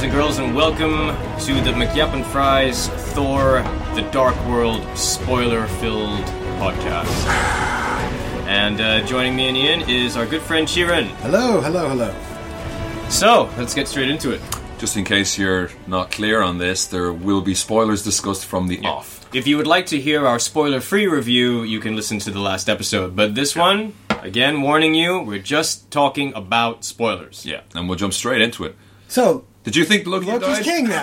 and girls, and welcome to the McYap and Fries Thor The Dark World spoiler filled podcast. And uh, joining me and Ian is our good friend Sheeran. Hello, hello, hello. So, let's get straight into it. Just in case you're not clear on this, there will be spoilers discussed from the off. If you would like to hear our spoiler free review, you can listen to the last episode. But this one, again, warning you, we're just talking about spoilers. Yeah, and we'll jump straight into it. So, Did you think Loki Loki's died? king now.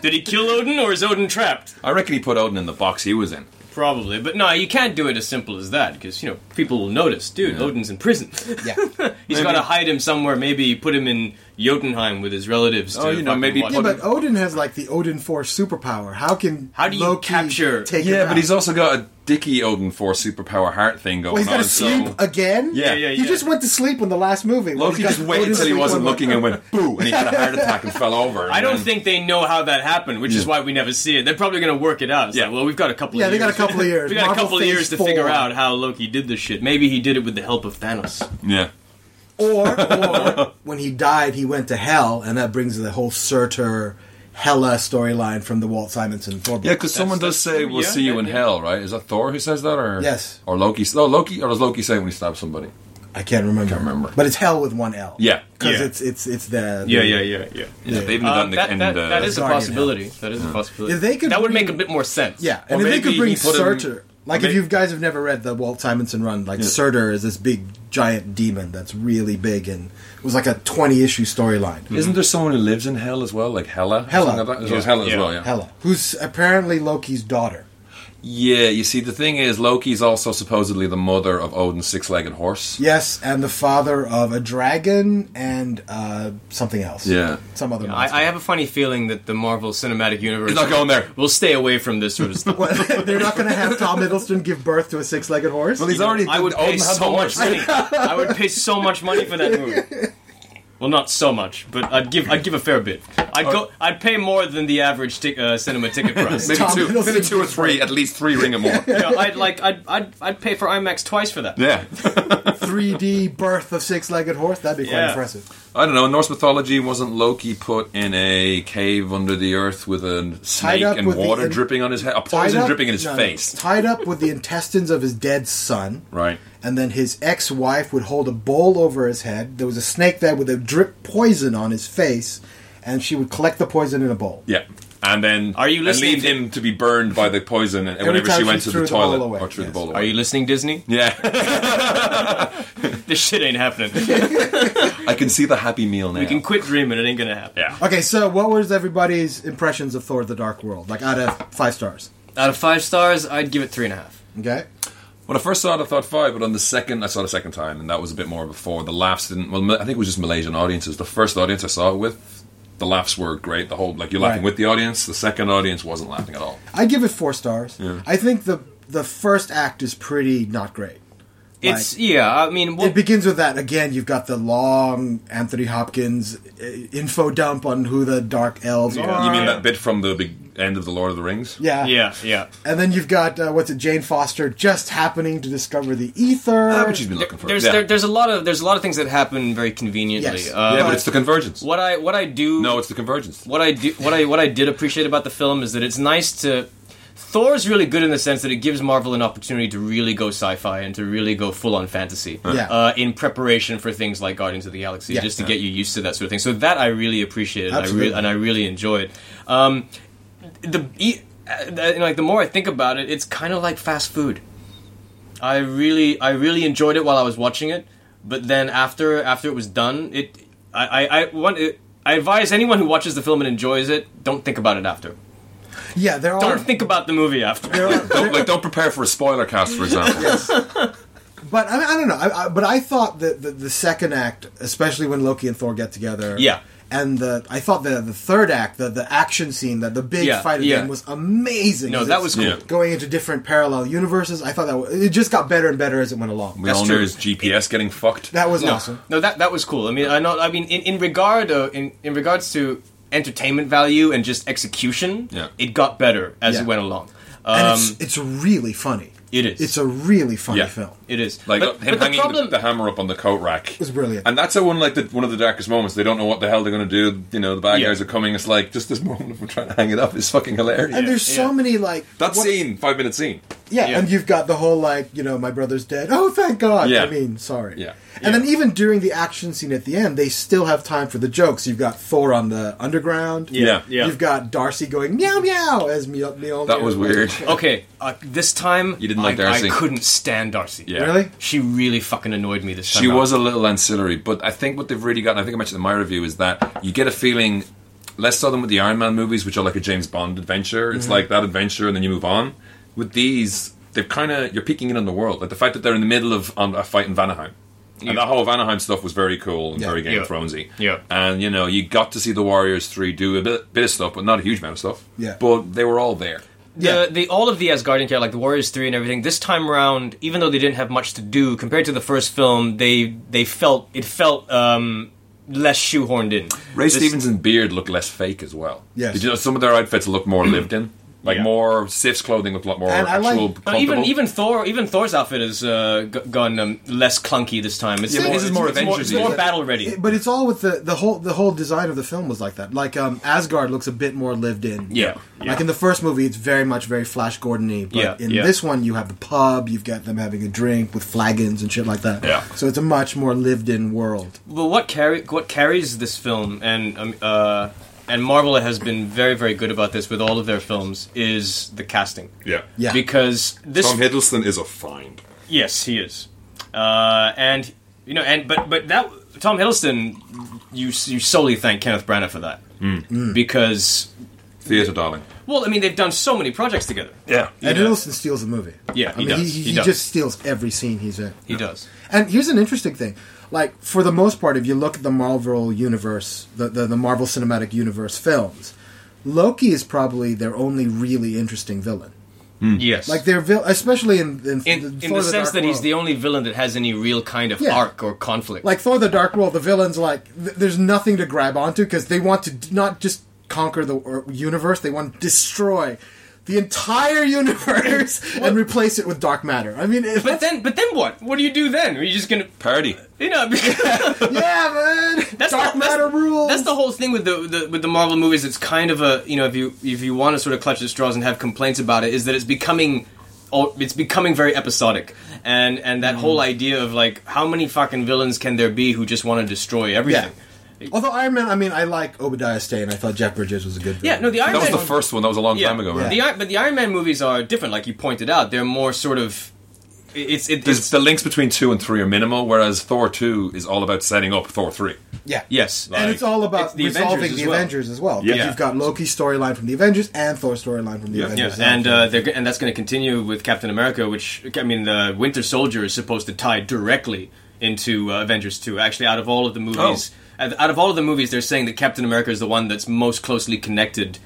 Did he kill Odin or is Odin trapped? I reckon he put Odin in the box he was in. Probably, but no, you can't do it as simple as that because you know people will notice. Dude, Odin's in prison. yeah. He's got to hide him somewhere. Maybe put him in Jotunheim with his relatives. To Oh, you know, fucking maybe watch Yeah, him. but Odin has like the Odin Force superpower. How can How do you Loki capture- Take him Yeah, out? but he's also got a dicky Odin Force superpower heart thing going Well, Oh, he's on. got to sleep So again. Yeah, yeah, He yeah. just went to sleep in the last movie. Loki just waited until he wasn't looking and went boo, and he had a heart attack and fell over. I don't And- think they know how that happened, which is Yeah. why we never see it. They're probably going to work it out. It's Yeah. like, well, we've got a couple. Yeah, of they years. got a couple of years. we got a Marvel couple of years Phase to figure Four. out how Loki did this shit. Maybe he did it with the help of Thanos. Yeah, Or, or when he died, he went to hell, and that brings the whole Surtur Hela storyline from the Walt Simonson Thor book. yeah, because someone does that's- say we'll yeah, see you that- in yeah. hell, right? Is that Thor who says that, or Yes. or Loki? No, Loki, or does Loki say when he stabs somebody? I can't remember. Can't remember. But it's hell with one L. Yeah. Because Yeah. it's it's it's the Yeah, yeah, yeah, yeah. Yeah, they even Uh, done that, the, in that- the that is a Guardian possibility. That is a possibility. If they could that would bring- make a bit more sense. Yeah, Or and if they maybe could bring he put him- Surtur, like or if may- you guys have never read the Walt Simonson run, like Surtur is this big giant demon that's really big and it was like a twenty issue storyline. Mm-hmm. Isn't there someone who lives in hell as well, like Hela? or Hela. something like that? Yeah. It's Hela as Yeah. well. Yeah. Hela, who's apparently Loki's daughter. Yeah, you see, the thing is, Loki's also supposedly the mother of Odin's six-legged horse. Yes, and the father of a dragon and uh, something else. Yeah. some other. monster. I, I have a funny feeling that the Marvel Cinematic Universe He's not going there. will stay away from this sort of stuff. They're not going to have Tom Hiddleston give birth to a six-legged horse. Well, he's already. I would Odin pay had the so much horse. money. I would pay so much money for that movie. Well, not so much, but I'd give I'd give a fair bit. I'd go. I'd pay more than the average tic- uh, cinema ticket price. Maybe Tom two, Hiddleston maybe two or three, at least three ring or more. You know, I'd like I'd, I'd I'd pay for IMAX twice for that. Yeah, 3D birth of six-legged horse. That'd be quite Yeah. impressive. I don't know. In Norse mythology, wasn't Loki put in a cave under the earth with a snake up and with the- water and- dripping on his head, a poison up- dripping in his no, no. face? Tied up with the intestines of his dead son. Right. and then his ex-wife would hold a bowl over his head. There was a snake there with a drip poison on his face, and she would collect the poison in a bowl. Yeah. And then Are you and listening leave to- him to be burned by the poison and whenever time she she went to threw the the bowl toilet away, or threw the yes. bowl away. Are you listening, Disney? yeah, This shit ain't happening. I can see the happy meal now. You can quit dreaming. It ain't gonna happen. yeah. Okay, so what was everybody's impressions of Thor: The Dark World? Like out of five stars. Out of five stars, I'd give it three and a half. Okay. When I first saw it, I thought five, but on the second, I saw it a second time, and that was a bit more before. The laughs didn't. Well, I think it was just Malaysian audiences. The first audience I saw it with, the laughs were great. The whole like you're laughing Right. with the audience. The second audience wasn't laughing at all. I give it four stars. I think the the first act is pretty not great. It's yeah. I mean, well, It begins with that again. You've got the long Anthony Hopkins uh, info dump on who the Dark Elves You are. mean yeah. that bit from the big end of the Lord of the Rings? Yeah. yeah, yeah. And then you've got uh, what's it? Jane Foster just happening to discover the ether. Ah, but she's been looking for. There's yeah. there, there's a lot of there's a lot of things that happen very conveniently. Yes. yeah, Uh, but it's the convergence. what I what I do No, it's the convergence. what I do, what I what I did appreciate about the film is that it's nice to. Thor's really good in the sense that it gives Marvel an opportunity to really go sci-fi and to really go full-on fantasy Yeah. uh, in preparation for things like Guardians of the Galaxy, Yeah. just to get you used to that sort of thing. So that I really appreciated, and I re- Absolutely. and I really enjoyed. Um, the e- uh, the- like the more I think about it, it's kind of like fast food. I really I really enjoyed it while I was watching it, but then after after it was done, it I I I, want, it, I advise anyone who watches the film and enjoys it, don't think about it after. yeah, there are Don't think about the movie after. there are Don't, like, don't prepare for a spoiler cast, for example. But I, mean, I don't know. I, I, but I thought that the, the second act, especially when Loki and Thor get together, Yeah. and the I thought the the third act, the the action scene, that the big Yeah, fight at yeah. the end was amazing. No, 'Cause that it's was cool. Yeah. Going into different parallel universes, I thought that was, it just got better and better as it went along. We That's all true. know his GPS getting fucked. that was No, awesome. no, that that was cool. I mean, I know. I mean, in in regard uh, in in regards to entertainment value and just execution, Yeah. it got better as Yeah. it went along. And Um, it's, it's really funny. It is. It's a really funny Yeah. film. It is Like but, uh, him but the hanging the, problem. the hammer up on the coat rack It's brilliant. and that's a one like the, one of the darkest moments. They don't know what the hell they're going to do. You know, the bad Yeah. guys are coming. It's like just this moment of them trying to hang it up is fucking hilarious. and there's yeah. so many like that what- scene, five minute scene. Yeah, Yeah. and you've got the whole like, you know, my brother's dead. Oh, thank God. Yeah. I mean, sorry. Yeah. And then Yeah. even during the action scene at the end, they still have time for the jokes. You've got Thor on the underground. Yeah. Yeah. You've got Darcy going meow meow as meow meow. That was weird. okay, uh, this time You didn't like I, Darcy. I couldn't stand Darcy. Yeah. Really? she really fucking annoyed me this time. She out. was a little ancillary, but I think what they've really got, and I think I mentioned in my review, is that you get a feeling less so than with the Iron Man movies, which are like a James Bond adventure. Mm-hmm. It's like that adventure, and then you move on. With these, they're kind of you're peeking in on the world, like the fact that they're in the middle of on a fight in Vanaheim. And that whole Vanaheim stuff was very cool and Yeah. very Game Yeah. of Thronesy. Yeah. and you know you got to see the Warriors three do a bit, bit of stuff, but not a huge amount of stuff. Yeah. but they were all there. The, Yeah. the all of the Asgardian characters, like the Warriors Three and everything, this time around, even though they didn't have much to do compared to the first film, they they felt it felt um, less shoehorned in. Ray This- Stevens and beard look less fake as well. Yes. Did you know some of their outfits look more lived in? Like Yeah. more Sif's clothing looked a lot more And I actual like- comfortable. No, even even Thor even Thor's outfit has uh, g- gone um, less clunky this time. It's Yeah, but more, his is more it's more, it's Avengers-y. more battle ready. It- But it's all with the the whole the whole design of the film was like that. Like um, Asgard looks a bit more lived in. Yeah. Like in the first movie, it's very much very Flash Gordon-y. But Yeah, in yeah. this one, you have the pub, you've got them having a drink with flagons and shit like that. Yeah. So it's a much more lived-in world. But what carry what carries this film and um, uh, and Marvel has been very very good about this with all of their films is the casting. Yeah. Yeah. Because this Tom Hiddleston is a find. Yes, he is. Uh, and you know, and but but that Tom Hiddleston, you you solely thank Kenneth Branagh for that Hmm. Hmm. because Theatre darling. well, I mean, they've done so many projects together. Yeah. And Yeah. Hiddleston steals the movie. Yeah, I he mean, does. he, he, He does. just steals every scene he's in. He does. And here's an interesting thing. Like, for the most part, if you look at the Marvel universe, the, the, the Marvel Cinematic Universe films, Loki is probably their only really interesting villain. Hmm. Yes, Like, their vil- especially in, in, in, in the sense that he's the only villain that has any real kind of Yeah. arc or conflict. Like, Thor the Dark World, the villain's like, th- there's nothing to grab onto because they want to d- not just conquer the or- universe, they want to destroy the entire universe and replace it with dark matter. I mean, it, but then, but then what? What do you do then? Are you just gonna, Parody. you know? Because yeah, man. That's Dark the, that's- matter rules. That's the whole thing with the, the with the Marvel movies. It's kind of a you know if you if you want to sort of clutch at straws and have complaints about it, is that it's becoming oh, it's becoming very episodic, and and that whole Mm. idea of like how many fucking villains can there be who just want to destroy everything. Although Iron Man, I mean, I like Obadiah Stane. I thought Jeff Bridges was a good. Yeah, Villain. no, the Iron That was Man the first one. That was a long yeah, time ago, right? The Iron- but the Iron Man movies are different, like you pointed out. They're more sort of it's it, There's- it's The links between two and three are minimal, whereas Thor two is all about setting up Thor three. yeah, yes, and it's all about it's the resolving Avengers as the well. Avengers as well. 'cause Yeah. you've got Loki's storyline from the Avengers and Thor's storyline from the Yeah. Yeah, Avengers. and uh, they're, g- and that's going to continue with Captain America, which I mean, the Winter Soldier is supposed to tie directly into uh, Avengers Two. Actually, out of all of the movies, out out of all of the movies, they're saying that Captain America is the one that's most closely connected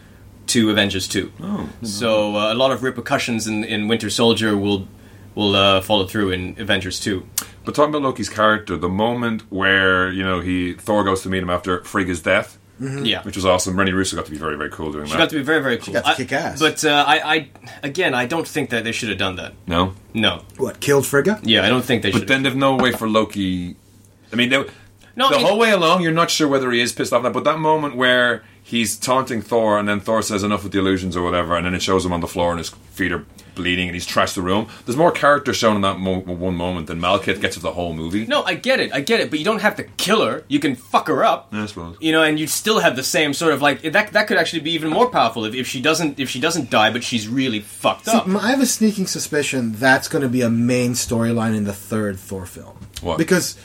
to Avengers Two. Oh, so uh, a lot of repercussions in, in Winter Soldier will will uh, follow through in Avengers Two. But talking about Loki's character, the moment where you know he Thor goes to meet him after Frigga's death, Yeah, which was awesome. Rennie Russo got to be very very cool doing she that. got to be very very cool. got to I- kick ass. But uh, I, I again, I don't think that they should have done that. no, No, what killed Frigga? yeah, I don't think they But should. then they've no way for Loki. I mean, they, No, the it- whole way along, you're not sure whether he is pissed off. or not, But that moment where he's taunting Thor, and then Thor says enough with the illusions or whatever, and then it shows him on the floor and his feet are bleeding, and he's trashed the room. There's more character shown in that mo- one moment than Malkith gets of the whole movie. No, I get it, I get it, but you don't have to kill her. You can fuck her up. Yeah, I suppose. You know, and you still have the same sort of like that. That could actually be even more powerful if, if she doesn't if she doesn't die, but she's really fucked See, up. m- I have a sneaking suspicion that's going to be a main storyline in the third Thor film. What? Because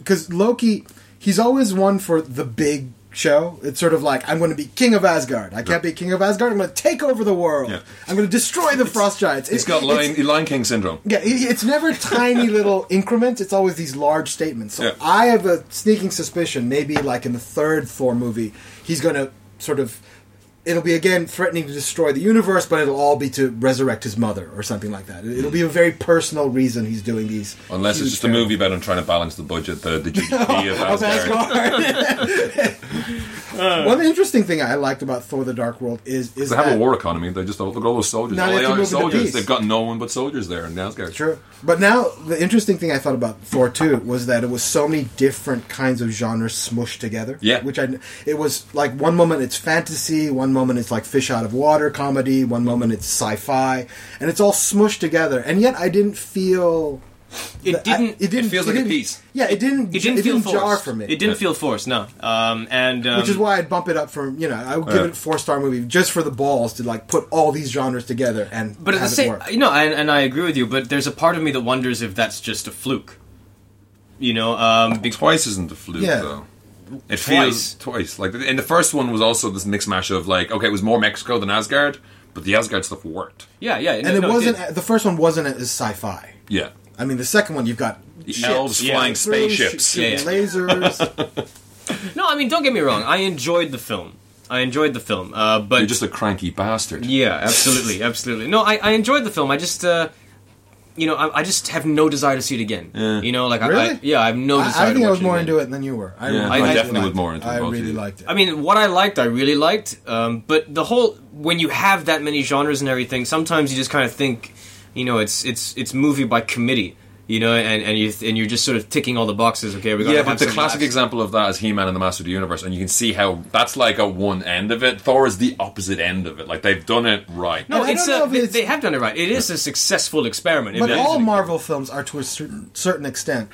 because Loki, he's always one for the big show. It's sort of like I'm going to be king of Asgard. I can't be king of Asgard. I'm going to take over the world. Yeah. I'm going to destroy the frost giants. He's got it's- Lion, Lion King syndrome. Yeah, it, it's never tiny little increments. It's always these large statements. So Yeah. I have a sneaking suspicion, maybe like in the third Thor movie, he's going to sort of it'll be again threatening to destroy the universe, but it'll all be to resurrect his mother or something like that. It'll be a very personal reason he's doing these. Unless huge Oh, it's just a terrible- movie about him trying to balance the budget, the, the GDP of of Asgard. Asgard. One interesting thing I liked about Thor: The Dark World is is They have that, a war economy. They just look at all those soldiers. Now all they they have to are move is it to soldiers. peace. They've got no one but soldiers there in Asgard. Sure, but now the interesting thing I thought about Thor two was that it was so many different kinds of genres smushed together. Yeah. which I it was like one moment it's fantasy, one moment it's like fish out of water comedy, one moment it's sci-fi, and it's all smushed together. And yet I didn't feel It didn't. it didn't. feels like a didn't- piece. Yeah, it didn't. it didn't it feel didn't forced. jar for me. It didn't feel forced. No, um, and um, which is why I'd bump it up from you know I would give Yeah. it a four star movie just for the balls to like put all these genres together and But at the have it same, work. you know, and, and I agree with you. But there's a part of me that wonders if that's just a fluke. You know, um, be- Twice isn't a fluke, Yeah. though. It Twice. feels twice. Like, and the first one was also this mix mash of like, okay, it was more Mexico than Asgard, but the Asgard stuff worked. yeah, yeah, and it wasn't the first one wasn't as sci-fi. Yeah, I mean, the second one you've got the ships elves yeah. flying through, spaceships. shooting Yeah, lasers. No, I mean, don't get me wrong. I enjoyed the film. I enjoyed the film. Uh, but You're just a cranky bastard. yeah, absolutely, absolutely. No, I, I enjoyed the film. I just. Uh, you know, I, I just have no desire to see it again. You know, like I, I Really? yeah, I have no desire. I, I think to I was watch more it again. into it than you were. I, Yeah, really I liked definitely it. was more into it, I both of really you. liked it. I mean, what I liked, I really liked. Um, but the whole when you have that many genres and everything, sometimes you just kind of think, you know, it's it's it's movie by committee, you know, and and you and you're just sort of ticking all the boxes. Okay, we got Yeah, but the classic example of that is He-Man and the Master of the Universe, and you can see how that's like at one end of it. Thor is the opposite end of it. Like they've done it right. No, And I it's, don't know a, if they, it's- they have done it right. It is a successful experiment. It but is all an- Marvel films are to a certain, certain extent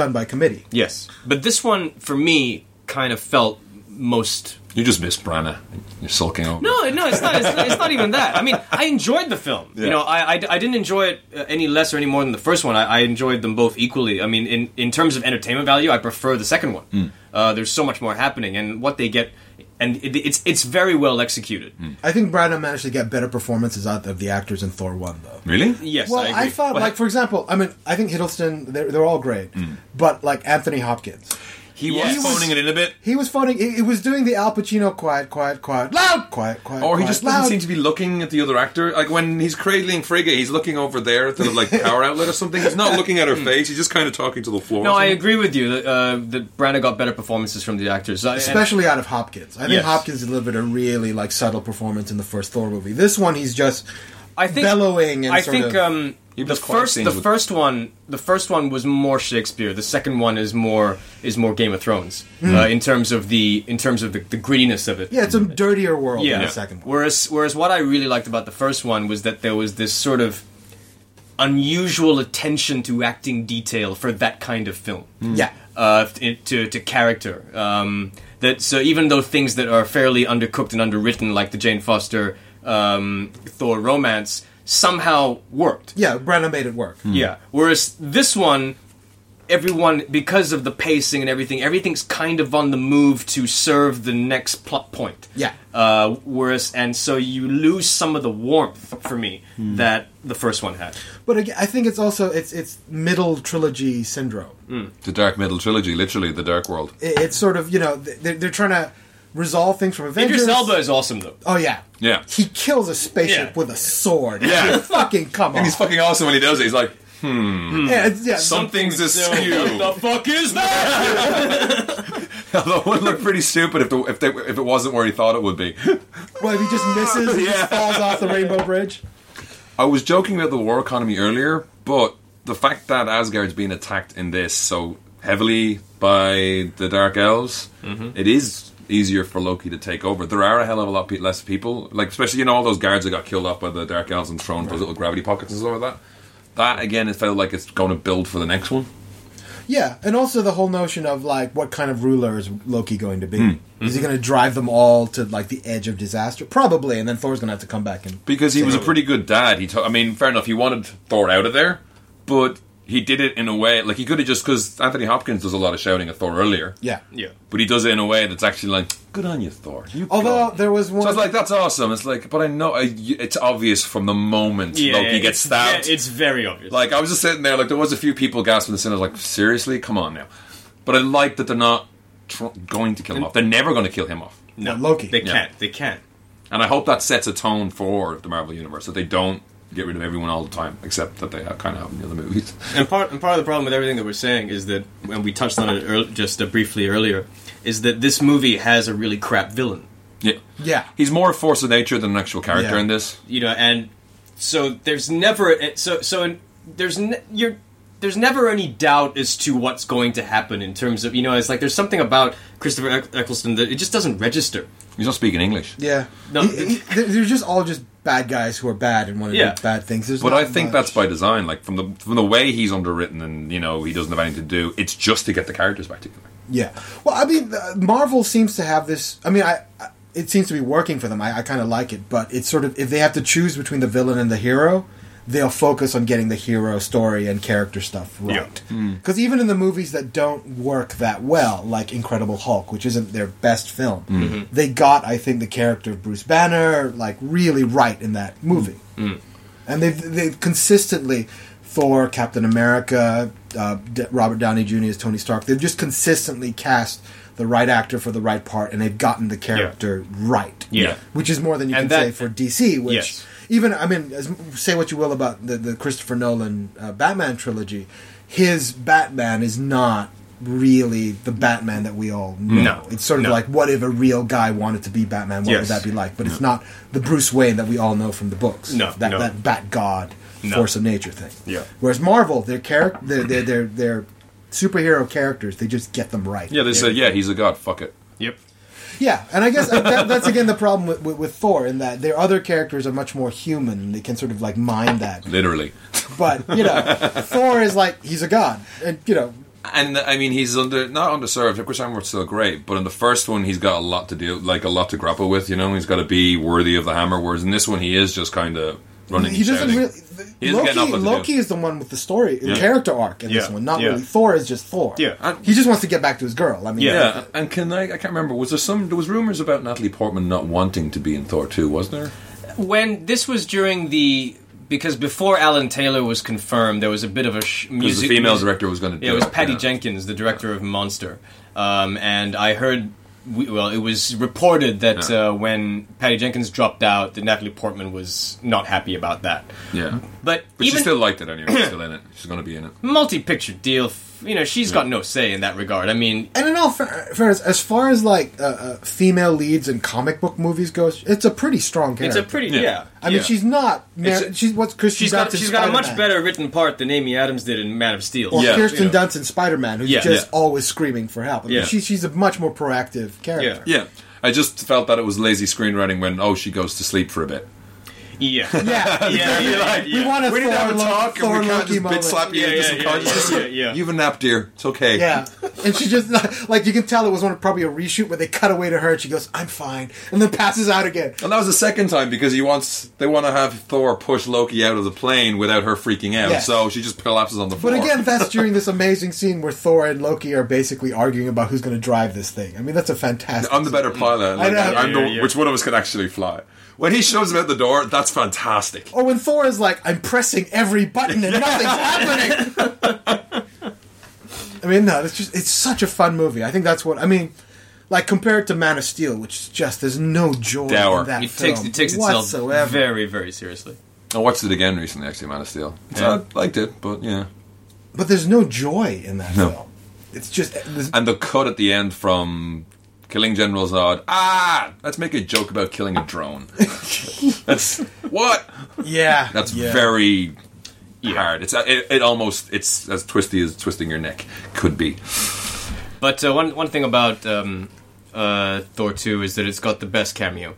done by committee. yes, but this one for me kind of felt most you just miss Branagh. You're sulking over. No, no, it's not. It's, it's not even that. I mean, I enjoyed the film. You Yeah. know, I, I, I didn't enjoy it uh, any less or any more than the first one. I, I enjoyed them both equally. I mean, in, in terms of entertainment value, I prefer the second one. Uh, there's so much more happening, and what they get, and it, it's it's very well executed. I think Branagh managed to get better performances out of the actors in Thor one though. Really? Yes, Well, I, I, agree. thought, like for example, I mean, I think Hiddleston, they're, they're all great, Mm. but like Anthony Hopkins, He Yes. was He was- phoning it in a bit. he was phoning. It, it was doing the Al Pacino quiet, quiet, quiet, loud, quiet, quiet, Or he quiet, just loud. doesn't seem to be looking at the other actor. Like when he's cradling Frigga, he's looking over there at the like power outlet or something. He's not looking at her face. He's just kind of talking to the floor. no, I or something. agree with you that uh, that Branagh got better performances from the actors, I- and- especially out of Hopkins. I think Yes. Hopkins delivered a really like subtle performance in the first Thor movie. This one, he's just I think bellowing and I sort think of- um, He the was quite first scenes the with- first one the first one was more Shakespeare. The second one is more is more Game of Thrones uh, in terms of the in terms of the, the grittiness of it. Hmm. yeah, it's a dirtier world yeah. than the second one. Whereas whereas what I really liked about the first one was that there was this sort of unusual attention to acting detail for that kind of film Hmm. Yeah, uh, it- to, to character. Um, that so even though things that are fairly undercooked and underwritten, like the Jane Foster um, Thor romance, somehow worked. yeah, Branagh made it work. Yeah. Whereas this one, everyone because of the pacing and everything, everything's kind of on the move to serve the next plot point. Yeah. Uh, whereas and so you lose some of the warmth for me that the first one had. But again, I think it's also it's it's middle trilogy syndrome. Mm. the Dark Middle trilogy, literally the Dark World. It, it's sort of you know they're, they're trying to resolve things from Avengers. Idris Elba is awesome though. Oh yeah. Yeah. He kills a spaceship Yeah. with a sword. Yeah. fucking come on. And he's fucking awesome when he does it. He's like, yeah, it's- yeah. something's askew. What the fuck is that? Although it would look pretty stupid if the, if, they, if it wasn't where he thought it would be. Well, if he just misses, he Yeah. just falls off the Rainbow Bridge. I was joking about the war economy earlier, but the fact that Asgard's being attacked in this so heavily by the Dark Elves, it is easier for Loki to take over. There are a hell of a lot pe- less people, like especially you know all those guards that got killed off by the Dark Elves and thrown those little gravity pockets and stuff like that. That again, it felt like it's going to build for the next one. Yeah, and also the whole notion of like what kind of ruler is Loki going to be? Hmm. Is he going to drive them all to like the edge of disaster? Probably, and then Thor's going to have to come back and because he was a Totally. pretty good dad. He, to- I mean, fair enough. He wanted Thor out of there, but he did it in a way like he could have just because Anthony Hopkins does a lot of shouting at Thor earlier. yeah. yeah. but he does it in a way that's actually like, good on you, Thor. You Although go." there was So I one, was like, that's awesome. It's like, but I know I, it's obvious from the moment Yeah, Loki yeah, gets it's- yeah, stabbed. it's very obvious. like I was just sitting there, like there was a few people gasping the I was like, seriously, come on now. But I like that they're not tr- going to kill him off. They're never going to kill him off. no, Loki. They Yeah. can't. They can't. And I hope that sets a tone for the Marvel universe that they don't get rid of everyone all the time, except that they have, kind of have in the other movies. And part and part of the problem with everything that we're saying is that, and we touched on it earl- just uh, briefly earlier, is that this movie has a really crap villain. yeah. Yeah. He's more a force of nature than an actual character Yeah. in this. you know and so there's never it- so so in, there's ne- you're there's never any doubt as to what's going to happen in terms of you know it's like there's something about Christopher Eck- Eccleston that it just doesn't register. He's not speaking English. Yeah. No, No, they're just all just bad guys who are bad and want to Yeah. do bad things. There's But not I think much. that's by design. Like from the from the way he's underwritten, and you know he doesn't have anything to do. It's just to get the characters back together. Yeah. Well, I mean, uh, Marvel seems to have this. I mean, I, I it seems to be working for them. I, I kind of like it, but it's sort of if they have to choose between the villain and the hero, they'll focus on getting the hero story and character stuff right. Because even in the movies that don't work that well, like Incredible Hulk, which isn't their best film, they got I think the character of Bruce Banner like really right in that movie and they've they've consistently Thor, Captain America, uh, D- Robert Downey Jr. as Tony Stark. They've just consistently cast the right actor for the right part, and they've gotten the character right. Yeah. which is more than you And can that- say for DC. Which Yes. even I mean, as, say what you will about the the Christopher Nolan uh, Batman trilogy, his Batman is not really the Batman that we all know. No. It's sort of No. like what if a real guy wanted to be Batman? What Yes. would that be like? But it's not the Bruce Wayne that we all know from the books No, that, no. that bat god No. force of nature thing. Yeah. Whereas Marvel, their character, their their their, their superhero characters, they just get them right. Yeah, they said, yeah, he's a god. Fuck it. Yep. Yeah, and I guess uh, that, that's again the problem with, with, with Thor in that their other characters are much more human. and They can sort of like mind that, Literally. but you know, Thor is like he's a god, and you know, And I mean, he's under not underserved. Of course, Hammer's still great, but in the first one, he's got a lot to deal, like a lot to grapple with. You know, he's got to be worthy of the hammer. Whereas in this one, he is just kind of running. he and doesn't shouting. He really. doesn't get enough Loki, what to do. Loki is the one with the story, the Yeah. character arc in this Yeah, one. Not yeah. really. Thor is just Thor. Yeah. he just wants to get back to his girl. I mean, Yeah. Yeah, and can I? I can't remember. Was there some? There was rumors about Natalie Portman not wanting to be in Thor 2, wasn't there? When this was during the because before Alan Taylor was confirmed, there was a bit of a sh- Because the music female music- director was going to. do Yeah, it was Patty yeah. Jenkins, the director of Monster, um, and I heard. We, well, it was reported that Yeah. uh, when Patty Jenkins dropped out, that Natalie Portman was not happy about that. Yeah, But, but even she still liked it anyway. She's still in it. She's going to be in it. multi-picture deal, f- you know, she's got no say in that regard. I mean, And in all fa- fairness, as far as like uh, uh, female leads in comic book movies goes, it's a pretty strong it's character. a pretty Yeah. yeah. I mean, yeah. she's not. It's Mar- a- she's what's Kristen she's got Dunst in she's got a much Spider-Man. better written part than Amy Adams did in Man of Steel. Or Yeah. Kirsten You know. Dunst in Spider Man, who's Yeah, just yeah. always screaming for help. I mean, Yeah. she, she's a much more proactive character. Yeah, I just felt that it was lazy screenwriting when oh she goes to sleep for a bit. Yeah, Yeah. yeah, yeah, We want a We Thor, need to have a Lo- talk Thor and we can't Loki just moment. bitch slap you Yeah, into yeah, yeah, subconscious. yeah, yeah. You have a nap, dear. It's okay. Yeah, and she just like you can tell it was one probably a reshoot, but they cut away to her and she goes, "I'm fine," and then passes out again. And that was the second time because he wants they want to have Thor push Loki out of the plane without her freaking out. Yes. So she just collapses on the floor. But again, that's during this amazing scene where Thor and Loki are basically arguing about who's going to drive this thing. I mean, that's a fantastic. I'm the better pilot. Like, know. I'm the- Yeah, yeah, yeah. Which one of us can actually fly? When he shoves him out the door, that's fantastic. Or when Oh, Thor is like, I'm pressing every button and nothing's happening. I mean, no, it's just it's such a fun movie. I think that's what I mean. Like compare it to Man of Steel, which is just there's no joy Dour. in that It film takes it takes itself whatsoever. very very seriously. I watched it again recently, actually, Man of Steel. So Yeah. I liked it, but yeah. but there's no joy in that No. film. It's just there's- And the cut at the end from Killing General Zod. Ah, let's make a joke about killing a drone. that's what. yeah. That's yeah. very hard. It's it, it almost it's as twisty as twisting your neck could be. But uh, one one thing about um, uh, Thor two is that it's got the best cameo.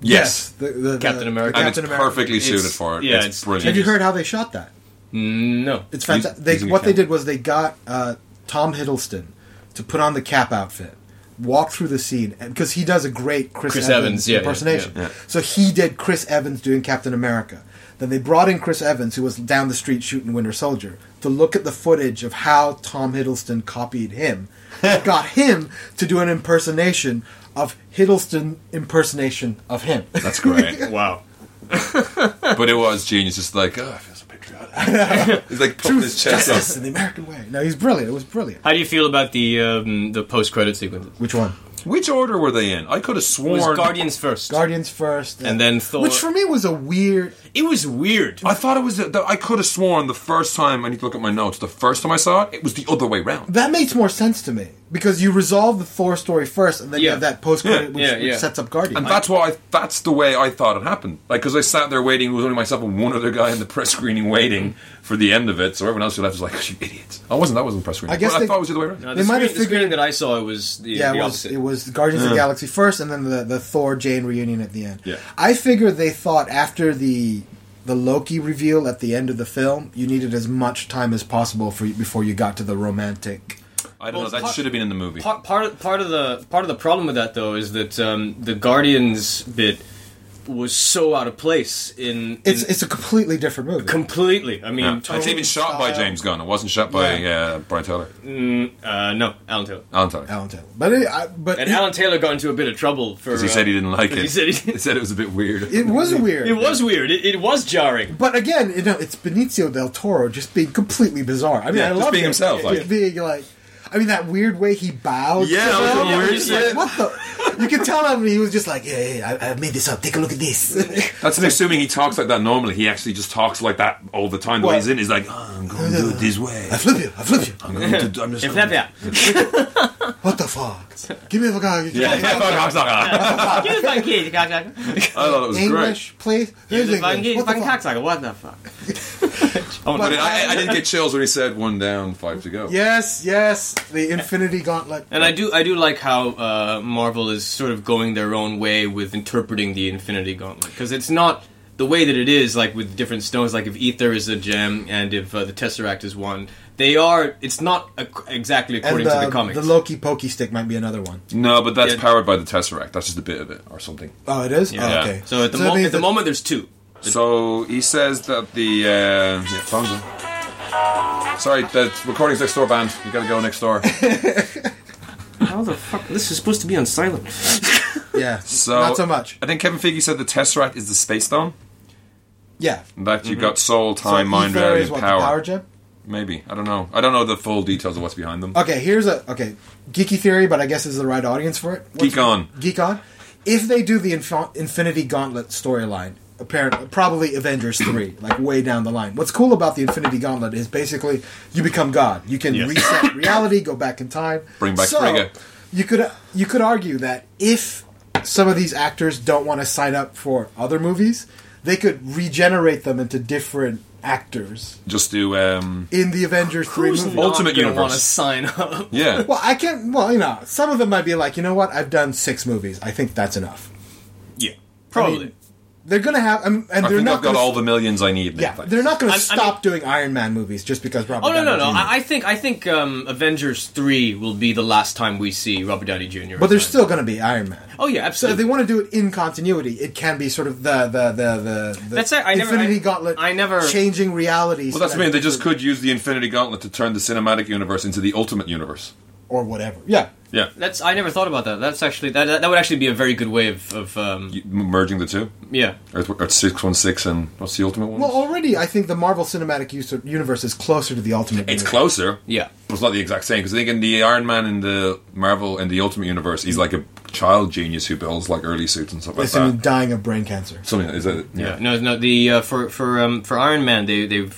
yes. The, the- the- Captain America. the and Captain it's America. perfectly It's- suited for it. yeah, it's, it's- brilliant. Have you heard how they shot that? No, It's Use- fantastic. They, using a what they cap. did was they got uh, Tom Hiddleston to put on the cap outfit, walk through the scene, and because he does a great Chris, Chris Evans, Evans, yeah, yeah, impersonation. yeah. Yeah. So he did Chris Evans doing Captain America. Then they brought in Chris Evans, who was down the street shooting Winter Soldier, to look at the footage of how Tom Hiddleston copied him. got him to do an impersonation of Hiddleston impersonation of him. That's great. wow. but it was genius. Just like oh, I feel so patriotic. He's like puffing his chest Justice up. in the American way. No, he's brilliant. It was brilliant. How do you feel about the um, the post credit sequence? Which one? Which order were they in? I could have It sworn. was Guardians first, Guardians first, and then Thor. which for me was a weird. it was weird. Uh, I thought it was. The, I could have sworn the first time. I need to look at my notes. The first time I saw it, it was the other way round. That makes more sense to me because you resolve the Thor story first, and then you Yeah. have that post credit which, Yeah, yeah, yeah. which sets up Guardians. And that's why. I, that's the way I thought it happened. Like because I sat there waiting. It was only myself and one other guy in the press screening waiting for the end of it. So everyone else who left was like, "You idiots!" I wasn't. That wasn't press screening. I guess But they- I thought it was the other way around. No, They the might screen, have the figured- screening that I saw was the, yeah, the it was opposite. it was the Guardians of the Galaxy first, and then the, the Thor Jane reunion at the end. Yeah. I figure they thought after the the Loki reveal at the end of the film, you needed as much time as possible for before you got to the romantic. I Well, don't know. That part- should have been in the movie. part, part of- part of the part of the problem with that though is that um, the Guardians bit was so out of place in, It's in- it's a completely different movie. completely. I mean, Yeah. It's totally- even shot by style. James Gunn. It wasn't shot by uh, Brian Tyler. uh, no, Alan Taylor. Alan Tyler. Alan Taylor, but it, I, but And it, Alan Taylor got into a bit of trouble for 'Cause he said he didn't like it. He said he- said it was a bit weird. it was weird. uh, It was weird. It, it was jarring. But again, you know, it's Benicio del Toro just being completely bizarre. I mean, Yeah, I just love being it. himself, like- just being like, I mean, that weird way he bowed. Yeah, to that was them. the I'm weirdest just like, shit. What the? You can tell him he was just like, yeah, yeah, I, I made this up. Take a look at this. That's assuming he talks like that normally. He actually just talks like that all the time. The way Well- he's in, he's like, oh, I'm going to do it this way. I flip you. I flip you. I'm going to do, I'm just. If that, yeah. What the fuck? Give me the guy. Yeah, I You're the fucking kid, cocksucker. thought it was great. English, please. Here's You're the fucking English. kid, What the fucking fuck? cocksucker. What the fuck? I want But to- I, I didn't get chills when he said one down, five to go. Yes, yes. The Infinity Gauntlet. And I do, I do like how uh, Marvel is sort of going their own way with interpreting the Infinity Gauntlet because it's not the way that it is like with different stones. Like if Ether is a gem and if uh, the Tesseract is one, they are. It's not ac- exactly And according the, to the comics. the Loki Pokey stick might be another one. No, but that's Yeah. powered by the Tesseract. That's just a bit of it or something. Oh, it is. Yeah. Oh, okay. So at the, that mo- means at the that- moment, there's two. So he says that the uh, yeah, phones. on. Sorry, the recording's next door, band. You gotta go next door. How the fuck? This is supposed to be on silent. yeah, So not so much. I think Kevin Feige said the Tesseract is the space stone. Yeah, That you've got soul, Mm-hmm. time, So mind, Ether reality, is and what, the power. power gem? Maybe I don't know. I don't know the full details of what's behind them. Okay, here's a okay geeky theory, but I guess this is the right audience for it. What's- Geek on. geek on. If they do the Inf- Infinity Gauntlet storyline, apparent probably Avengers three, like way down the line. What's cool about the Infinity Gauntlet is basically you become God. You can Yes. reset reality, go back in time, Bring back so, Frigga. You could you could argue that if some of these actors don't want to sign up for other movies, they could regenerate them into different actors Just do um, in the Avengers three Who's movie. Ultimate not Universe. want to sign up? yeah. Well, I can. Well, you know, some of them might be like, you know what? I've done six movies. I think that's enough. Yeah, probably. They're gonna have, um, and I they're think not I've got gonna, all the millions I need. Yeah, now, thanks. they're not gonna I- I stop mean- doing Iron Man movies just because Robert. Oh no no Downey no! Jr. I, I think I think um, Avengers three will be the last time we see Robert Downey Jr. but as Iron there's Man. still gonna be Iron Man. Oh yeah, So if absolutely. they want to do it in continuity, it can be sort of the the the the, the That's it, I never- Infinity I- Gauntlet. I never- changing realities. Well, that's what I mean. They just could use the Infinity Gauntlet to turn the cinematic universe into the Ultimate Universe. or whatever. Yeah, Yeah, That's I never thought about that. That's actually that that, that would actually be a very good way of, of um, You- m- merging the two. yeah. Earth, Earth six one six and what's the Ultimate one? well, already I think the Marvel Cinematic Use- Universe is closer to the Ultimate. it's Universe. closer. Yeah. but it's not the exact same because I think in the Iron Man in the Marvel and the Ultimate Universe, he's like a child genius who builds like early suits and stuff like Listen, that. dying of brain cancer. Something is it? yeah, No, no. The uh, for for um, for Iron Man, they they've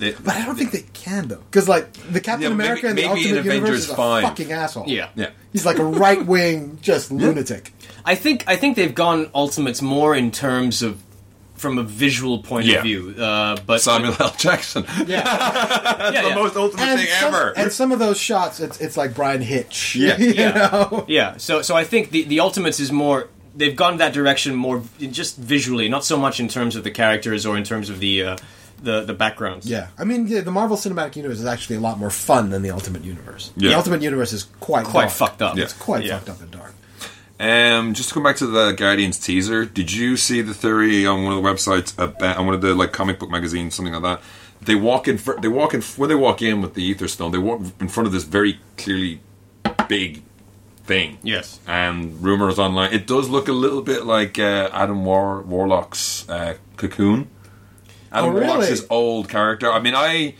they, But I don't think they can though, because like the Captain Yeah, but maybe- America and the maybe in Ultimate Universe Avengers is a 5. fucking asshole. yeah yeah. he's like a right wing just lunatic. I think I think they've gone Ultimates more in terms of from a visual point Yeah. of view. Uh, but Samuel L. Jackson. Yeah, yeah, yeah. ultimate some, and some of those shots, it's it's like Brian Hitch. Yeah. you Yeah. know? Yeah, so so I think the the Ultimates is more they've gone that direction more v- just visually, not so much in terms of the characters or in terms of the uh, the the backgrounds. yeah. I mean, yeah, the Marvel Cinematic Universe is actually a lot more fun than the Ultimate Universe. Yeah. The Ultimate Universe is quite quite dark. fucked up. Yeah. It's quite Yeah. fucked up and dark. Um, just to come back to the Guardians teaser, did you see the theory on one of the websites about on one of the like comic book magazines, something like that? They walk in. Fr- they walk in when they walk in with the ether stone. They walk in front of this very clearly big thing. Yes. And rumors online, it does look a little bit like uh, Adam War- Warlock's uh, cocoon. Adam Oh, really? Warlock's his old character. I mean, I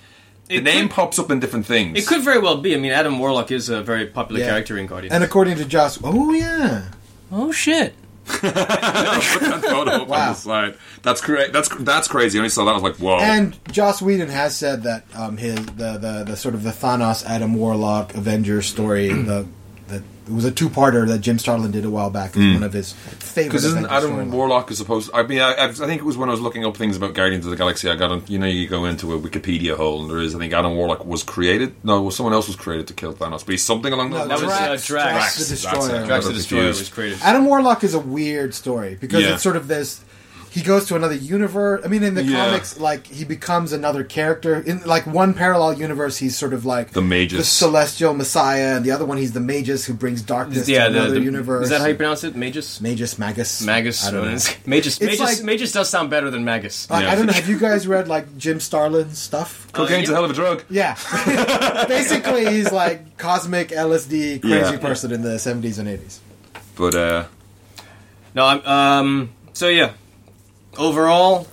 the It name could- pops up in different things. It could very well be. I mean, Adam Warlock is a very popular Yeah. character in Guardians. And according to Joss, oh yeah, oh shit! Put that photo up on Wow. the slide. That's correct. That's that's crazy. When I saw that, I was like, "Whoa!" and Joss Whedon has said that um, his the, the the sort of the Thanos Adam Warlock Avenger story Mm. the. the it was a two-parter that Jim Starlin did a while Mm. back. It's one of his favorite. Because isn't Avenger Adam storylines. Warlock is supposed? I mean, I, I think it was when I was looking up things about Guardians of the Galaxy. I got on, you know, you go into a Wikipedia hole, and there is. I think Adam Warlock was created. No, well, someone else was created to kill Thanos, but he's something along those No, That was lines. uh, Drax. Drax, Drax the Drax, Destroyer. that's it. Drax the I'm Destroyer confused. was created. Adam Warlock is a weird story because Yeah. it's sort of this. He goes to another universe. I mean, in the Yeah. comics, like he becomes another character in like one parallel universe. He's sort of like The Magus. the celestial messiah, and the other one he's the magus who brings darkness yeah, to the, another the- universe. Is that how you pronounce it? Magus. magus magus Magus. I don't know. Magus. Magus. like- Uh, Magus does sound better than Magus. Like, Yeah. I don't know. Have you guys read like Jim Starlin's stuff? Cocaine's yeah. a hell of a drug. Yeah, basically he's like cosmic LSD crazy Yeah. person in the seventies and eighties. But uh, No, I'm, um, so yeah. Overall,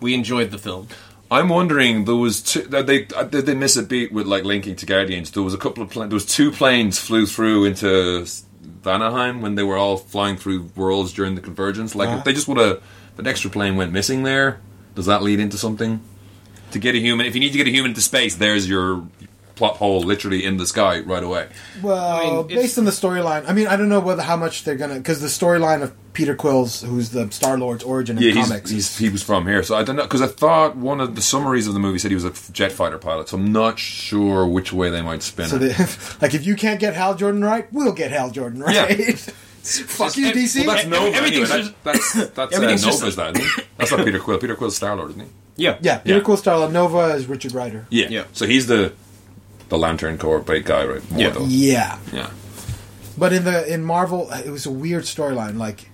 we enjoyed the film. I'm wondering there was two, they they- did they miss a beat with like linking to Guardians. There was a couple of pla- there was two planes flew through into Vanaheim when they were all flying through worlds during the convergence. Like Uh-huh. if they just would have an extra plane went missing there, does that lead into something? To get a human, if you need to get a human to space, there's your plot hole literally in the sky right away. Well, I mean, it's- based on the storyline, I mean, I don't know whether how much they're gonna because the storyline of Peter Quill's, who's the Star Lord's origin in Yeah, comics, he's, he's, he was from here, so I don't know because I thought one of the summaries of the movie said he was a jet fighter pilot, so I'm not sure which way they might spin so they, it. like if you can't get Hal Jordan right, we'll get Hal Jordan right. Yeah. Fuck you, DC. Well, that's Ev- Nova. E-, everything's anyway. just- That- e-, that's that's uh, everything's just- Nova's that, isn't it? That's not Peter Quill. Peter Quill's Star Lord, isn't he? Yeah. yeah, Peter Yeah. Quill Star Lord Nova is Richard Rider. Yeah. Yeah. So he's the the Lantern Corps bait guy, right? More Yeah. though. Yeah, Yeah. but in the in Marvel, it was a weird storyline. Like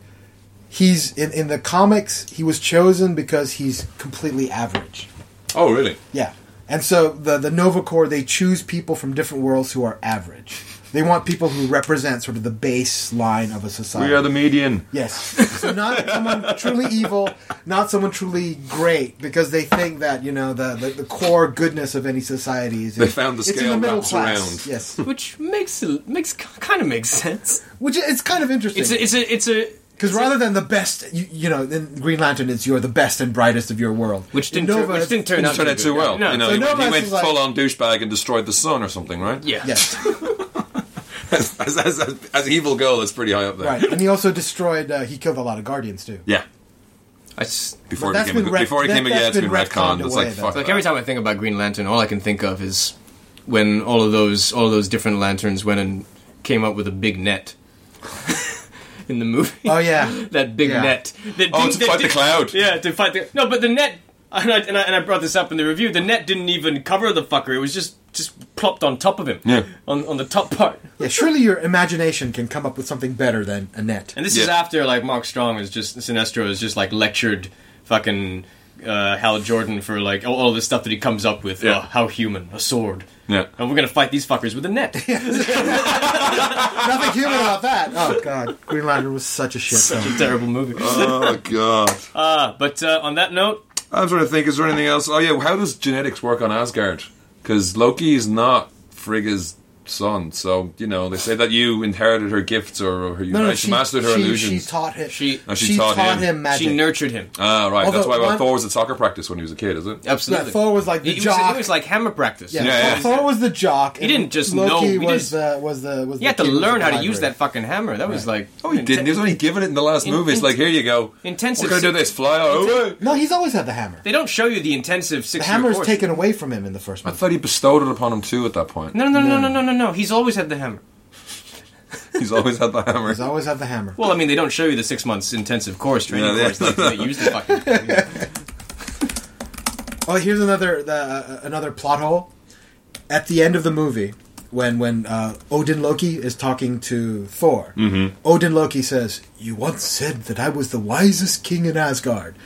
he's in in the comics, he was chosen because he's completely average. Oh, really? Yeah. And so the the Nova Corps they choose people from different worlds who are average. They want people who represent sort of the baseline of a society. We are the median. yes. So not someone truly evil, not someone truly great, because they think that you know the the, the core goodness of any society is. They found the it's in scale middle wraps class. around. Yes, Which makes makes kind of makes sense. which is, it's kind of interesting. It's a, it's a it's a Because rather than the best, you, you know, in Green Lantern, it's you're the best and brightest of your world. which In didn't turn Nova, which it's- didn't turn out Didn't turn out be too good. well. No. you know, So he- he, Nova's went is like- full on douchebag and destroyed the sun or something, right? yeah. Yes, as, as, as, as evil girl, that's pretty high up there. right. And he also destroyed. Uh, he killed a lot of Guardians too. Yeah. I s- But Before it that's became a, been good- rec- before it that- came a that's yeah, it's been been retconned. retconned It's like away, fuck. though. like every time I think about Green Lantern, all I can think of is when all of those all of those different lanterns went and came up with a big net in the movie. Oh yeah, that big Yeah. net. That Oh, didn't- to that fight the didn't- cloud. Yeah, to fight the no, but the net. And I, and, I, and I brought this up in the review. The net didn't even cover the fucker. It was just just plopped on top of him. Yeah. On on the top part. Yeah, surely your imagination can come up with something better than a net. And this Yeah. is after like Mark Strong is just Sinestro is just like lectured fucking uh, Hal Jordan for like all, all the stuff that he comes up with. Yeah. Oh, how human, a sword. Yeah. And we're gonna fight these fuckers with a net. Nothing human about that. Oh god, Green Lantern was such a shit. Such film. a terrible movie. Oh god. Uh, but uh, on that note, I'm trying to think. Is there anything else? Oh yeah, how does genetics work on Asgard? Because Loki is not Frigga's son, so you know they say that you inherited her gifts or her you No, no, she, she, mastered her she, illusions. She taught him. She- No, she taught him. magic. she nurtured him. ah, right. That's Although why one- Thor was at soccer practice when he was a kid, is it? yeah, Absolutely. Thor was like the he, he jock. Was, he was like hammer practice. yeah, Yeah, yeah. Thor Thor was the jock. He didn't just know, Loki he was, just- the, was the was. You had to learn how to use that fucking hammer. That was like Oh, he didn't. He was only given it in the last In- movie. It's in- like, here you go. Intensive We're gonna do si- this. Fly over. No, he's always had the hammer. They don't show you the intensive The six. hammer year is taken away from him in the first I one. thought he bestowed it upon him too. At that point, No, no, no, no, no, no, no, no. He's always had the hammer. he's always had the hammer. He's always had the hammer. Well, I mean, they don't show you the six months intensive course training Yeah, they- course. Like, they use the fucking. Oh, here's another the, uh, another plot hole. At the end of the movie, when when uh, Odin Loki is talking to Thor, Mm-hmm. Odin Loki says, "You once said that I was the wisest king in Asgard."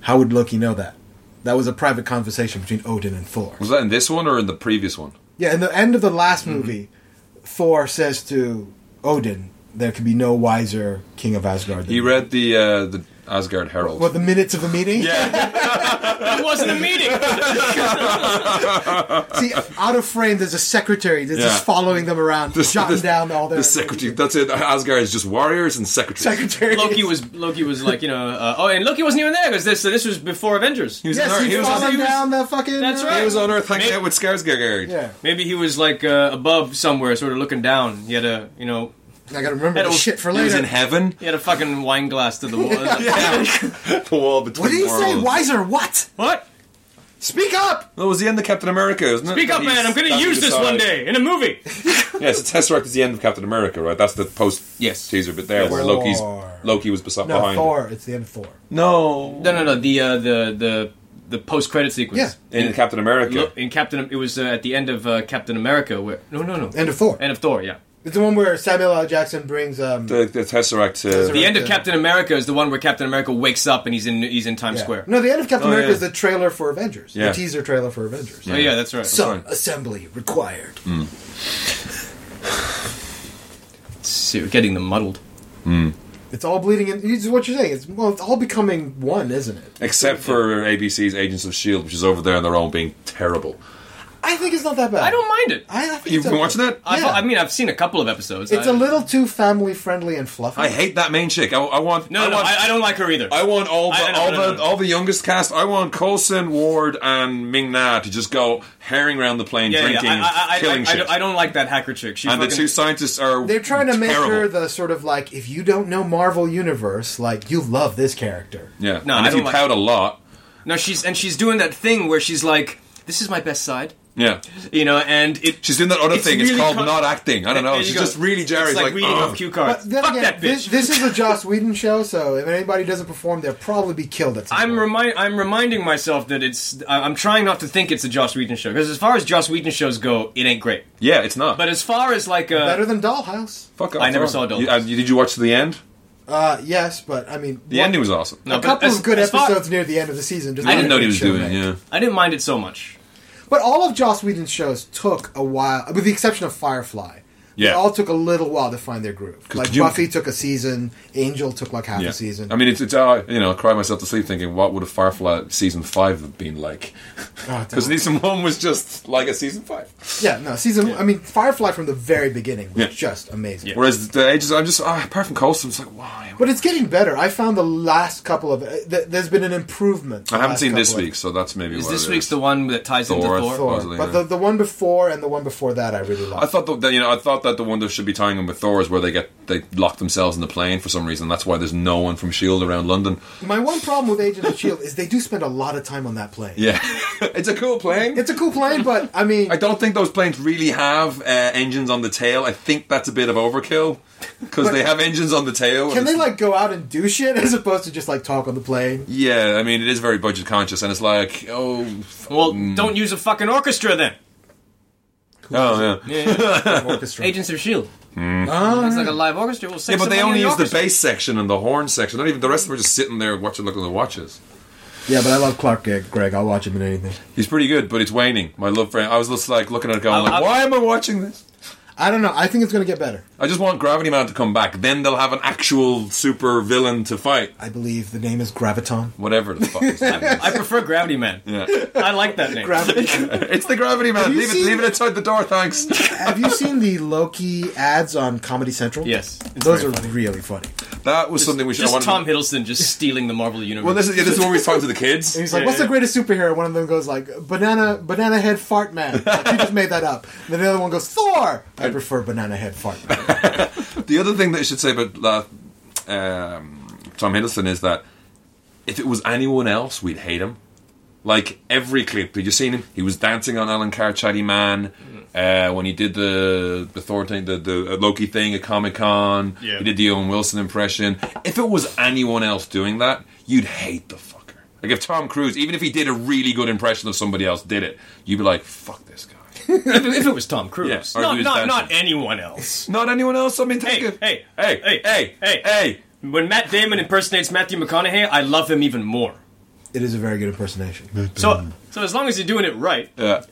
How would Loki know that? That was a private conversation between Odin and Thor. Was that in this one or in the previous one? Yeah, in the end of the last Mm-hmm. movie, Thor says to Odin, "There can be no wiser king of Asgard." Than He you." read the uh, the Asgard Herald. What the minutes of the meeting? yeah, It wasn't a meeting. See, out of frame, there's a secretary that's Yeah. just following them around, jotting down all their the secretary. That's it. Asgard is just warriors and secretaries. secretary. Loki was Loki was like you know uh, oh and Loki wasn't even there because this this was before Avengers. was yes, on- he, he was on- followed he was- down the fucking. That's uh, right. He was on Earth hanging Maybe- out with Skarsgård. Yeah, Maybe he was like uh, above somewhere, sort of looking down. He had a you know I gotta And remember it this was- shit for He was in later. heaven. he had a fucking wine glass to the wall. the wall between What did he say? worlds. Wiser? What? What? Speak up! That was the end of Captain America, isn't it? Speak up, That he's man! I'm going to standing use this beside- one day in a movie. Yes, the Tesseract is the end of Captain America, right? That's the post Yes. teaser bit there where Thor. Loki's Loki was beside No, behind. Thor. It's the end of Thor. No, No, no, no. The uh, the the the post credit sequence. Yeah. in Captain America. Look, in Captain, it was uh, at the end of uh, Captain America. Where no, no, no. End of Thor. End of Thor. Yeah. It's the one where Samuel L. Jackson brings. Um, The, the Tesseract. Uh, The end of Correct, yeah. Captain America is the one where Captain America wakes up and he's in he's in Times yeah. Square. No, the end of Captain Oh, America yeah. is the trailer for Avengers. Yeah. The teaser trailer for Avengers. Oh yeah, Mm. that's right. Some assembly required. See, we're getting them muddled. It's all bleeding in. It's what you're saying. It's well, it's all becoming one, isn't it? Except for ABC's Agents of Shield, E which is over there on their own, being terrible. I think it's not that bad. I don't mind it. I, I think You've it's been okay. watching that? I've, Yeah. I mean, I've seen a couple of episodes. It's a a little too family friendly and fluffy. I hate that main chick. I, I want. No, I no, want, I, I don't like her either. I want all the I- no, all no, no, the no. all the youngest cast. I want Coulson, Ward, and Ming Na to just go herring around the plane, yeah, yeah. drinking, I, I, I, killing I, I, shit. don't- I don't like that hacker chick. She and the fucking, two scientists are They're trying to make terrible. her the sort of like if you don't know Marvel Universe, like you love this character. yeah. No, I and if you don't like- pout a lot, no, she's and she's doing that thing where she's like, "This is my best side," yeah. you know, and it. She's doing that other It's thing. it's really called con- not acting. I don't know. There you She's go. just really Jerry's It's like, like, reading "Ugh." off cue But cards. then Fuck again, that bitch. This, this is a Joss Whedon show, so if anybody doesn't perform, they'll probably be killed at some I'm point. remind I'm reminding myself that it's I- I'm trying not to think it's a Joss Whedon show because as far as Joss Whedon shows go, it ain't great. Yeah, it's not. But as far as like uh, Better than Dollhouse. Fuck I never saw Thor. Dollhouse. You, uh, you- did you watch the end? Uh, yes, but I mean, The one- ending was awesome. No, a but couple as- of good as far- episodes near the end of the season. Just I not didn't a know what he good was show doing. made. Yeah, I didn't mind it so much. But all of Joss Whedon's shows took a while, with the exception of Firefly. They Yeah. all took a little while to find their groove. Like could you- Buffy took a season, Angel took like half yeah. a season. I mean, it's, it's uh, you know, I cry myself to sleep thinking, what would a Firefly season five have been like? Oh, Because season one was just like a season five. Yeah, no, season. I mean, Firefly from the very beginning was Yeah. just amazing. Whereas the ages, I'm just ah, apart from Colson, it's like why? But it's getting better. I found the last couple of. Uh, th- there's been an improvement. the I haven't last seen this couple of- week, so that's maybe Is what this it week's the one that ties Thor, into Thor? Thor. Supposedly, But yeah. the, the one before and the one before that, I really I loved. thought the, you know I thought that the one that should be tying in with Thor is where they get they lock themselves in the plane for some reason. That's why there's no one from Shield E around London. My one problem with Agents of Shield E is they do spend a lot of time on that plane. Yeah, it's a cool plane. It's a cool plane, but I mean, I don't think those planes really have uh, engines on the tail. I think that's a bit of overkill because they have engines on the tail. and can they it's- like go out and do shit as opposed to just like talk on the plane? Yeah, I mean it is very budget conscious, and it's like oh, f- Well, don't use a fucking orchestra then. oh yeah. Orchestra. Agents of Shield. Ah, It's like a live orchestra. We'll Mm. Yeah, save but some they money only in use the orchestra. bass section and the horn section. Not even the rest of them are just sitting there watching, looking at the watches. yeah, but I love Clark Gregg. Greg. I'll watch him in anything. He's pretty good, but it's waning. My love for him. I was just like looking at it, going, I- like, I- why am I watching this? I don't know. I think it's going to get better. I just want Gravity Man to come back. Then they'll have an actual super villain to fight. I believe the name is Graviton. Whatever the fuck. His name is. I prefer Gravity Man. Yeah. I like that name. Graviton. It's the Gravity Man. you Leave it, seen- leave it outside the door. Thanks. Have you seen the Loki ads on Comedy Central? Yes. It's Those very are really funny. That was something we should. I Just wanted Tom To, Hiddleston just stealing the Marvel universe. well, this is yeah, this is what we was talking to the kids. He's like, "What's the greatest superhero?" One of them goes like, "Banana, banana head fart man." Like, he just made that up. And then the other one goes, "Thor." I prefer banana head fart man. The other thing that I should say about uh, um, Tom Hiddleston is that if it was anyone else, we'd hate him. Like every clip, did you seen him? He was dancing on Alan Carr, Chatty Man. Mm. Uh, when he did the the Thor thing, the, the uh, Loki thing at Comic Con, Yeah. he did the Owen Wilson impression. If it was anyone else doing that, you'd hate the fucker. Like if Tom Cruise, even if he did a really good impression of somebody else, did it, you'd be like, "Fuck this guy." if, if it was Tom Cruise, Yeah, or not, Louis not, Dancing. not anyone else. Not anyone else. I mean, Hey, take it. hey, hey, hey, hey, hey. hey. When Matt Damon impersonates Matthew McConaughey, I love him even more. It is a very good impersonation. So, Mm. so as long as you're doing it right, Yeah.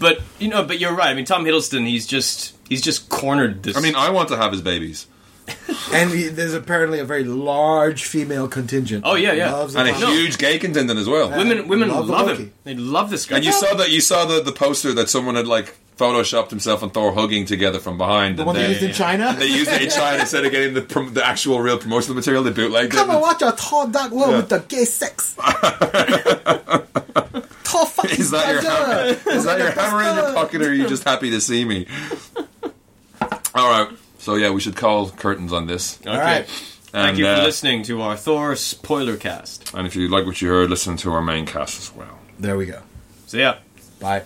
but you know, but you're right. I mean, Tom Hiddleston, he's just he's just cornered this. I mean, I want to have his babies. and he, there's apparently a very large female contingent. Oh, yeah, yeah. Loves the and a Loki. No. huge gay contingent as well. Uh, Women, women Love love, the him. Loki. They love this guy. And you saw that you saw the, the poster that someone had like photoshopped himself and Thor hugging together from behind. the and one they they, used in China. they used it in China instead of getting the prom- the actual real promotional material. They bootlegged Come and it. watch our tall dark world Yeah. with the gay sex. tall fucking Is that your hammer? treasure. Is that your hammer in your pocket, or are you just happy to see me? All right. So yeah, we should call curtains on this. Okay. All right. Thank And, you for uh, listening to our Thor spoiler cast. And if you like what you heard, listen to our main cast as well. There we go. So yeah. Bye.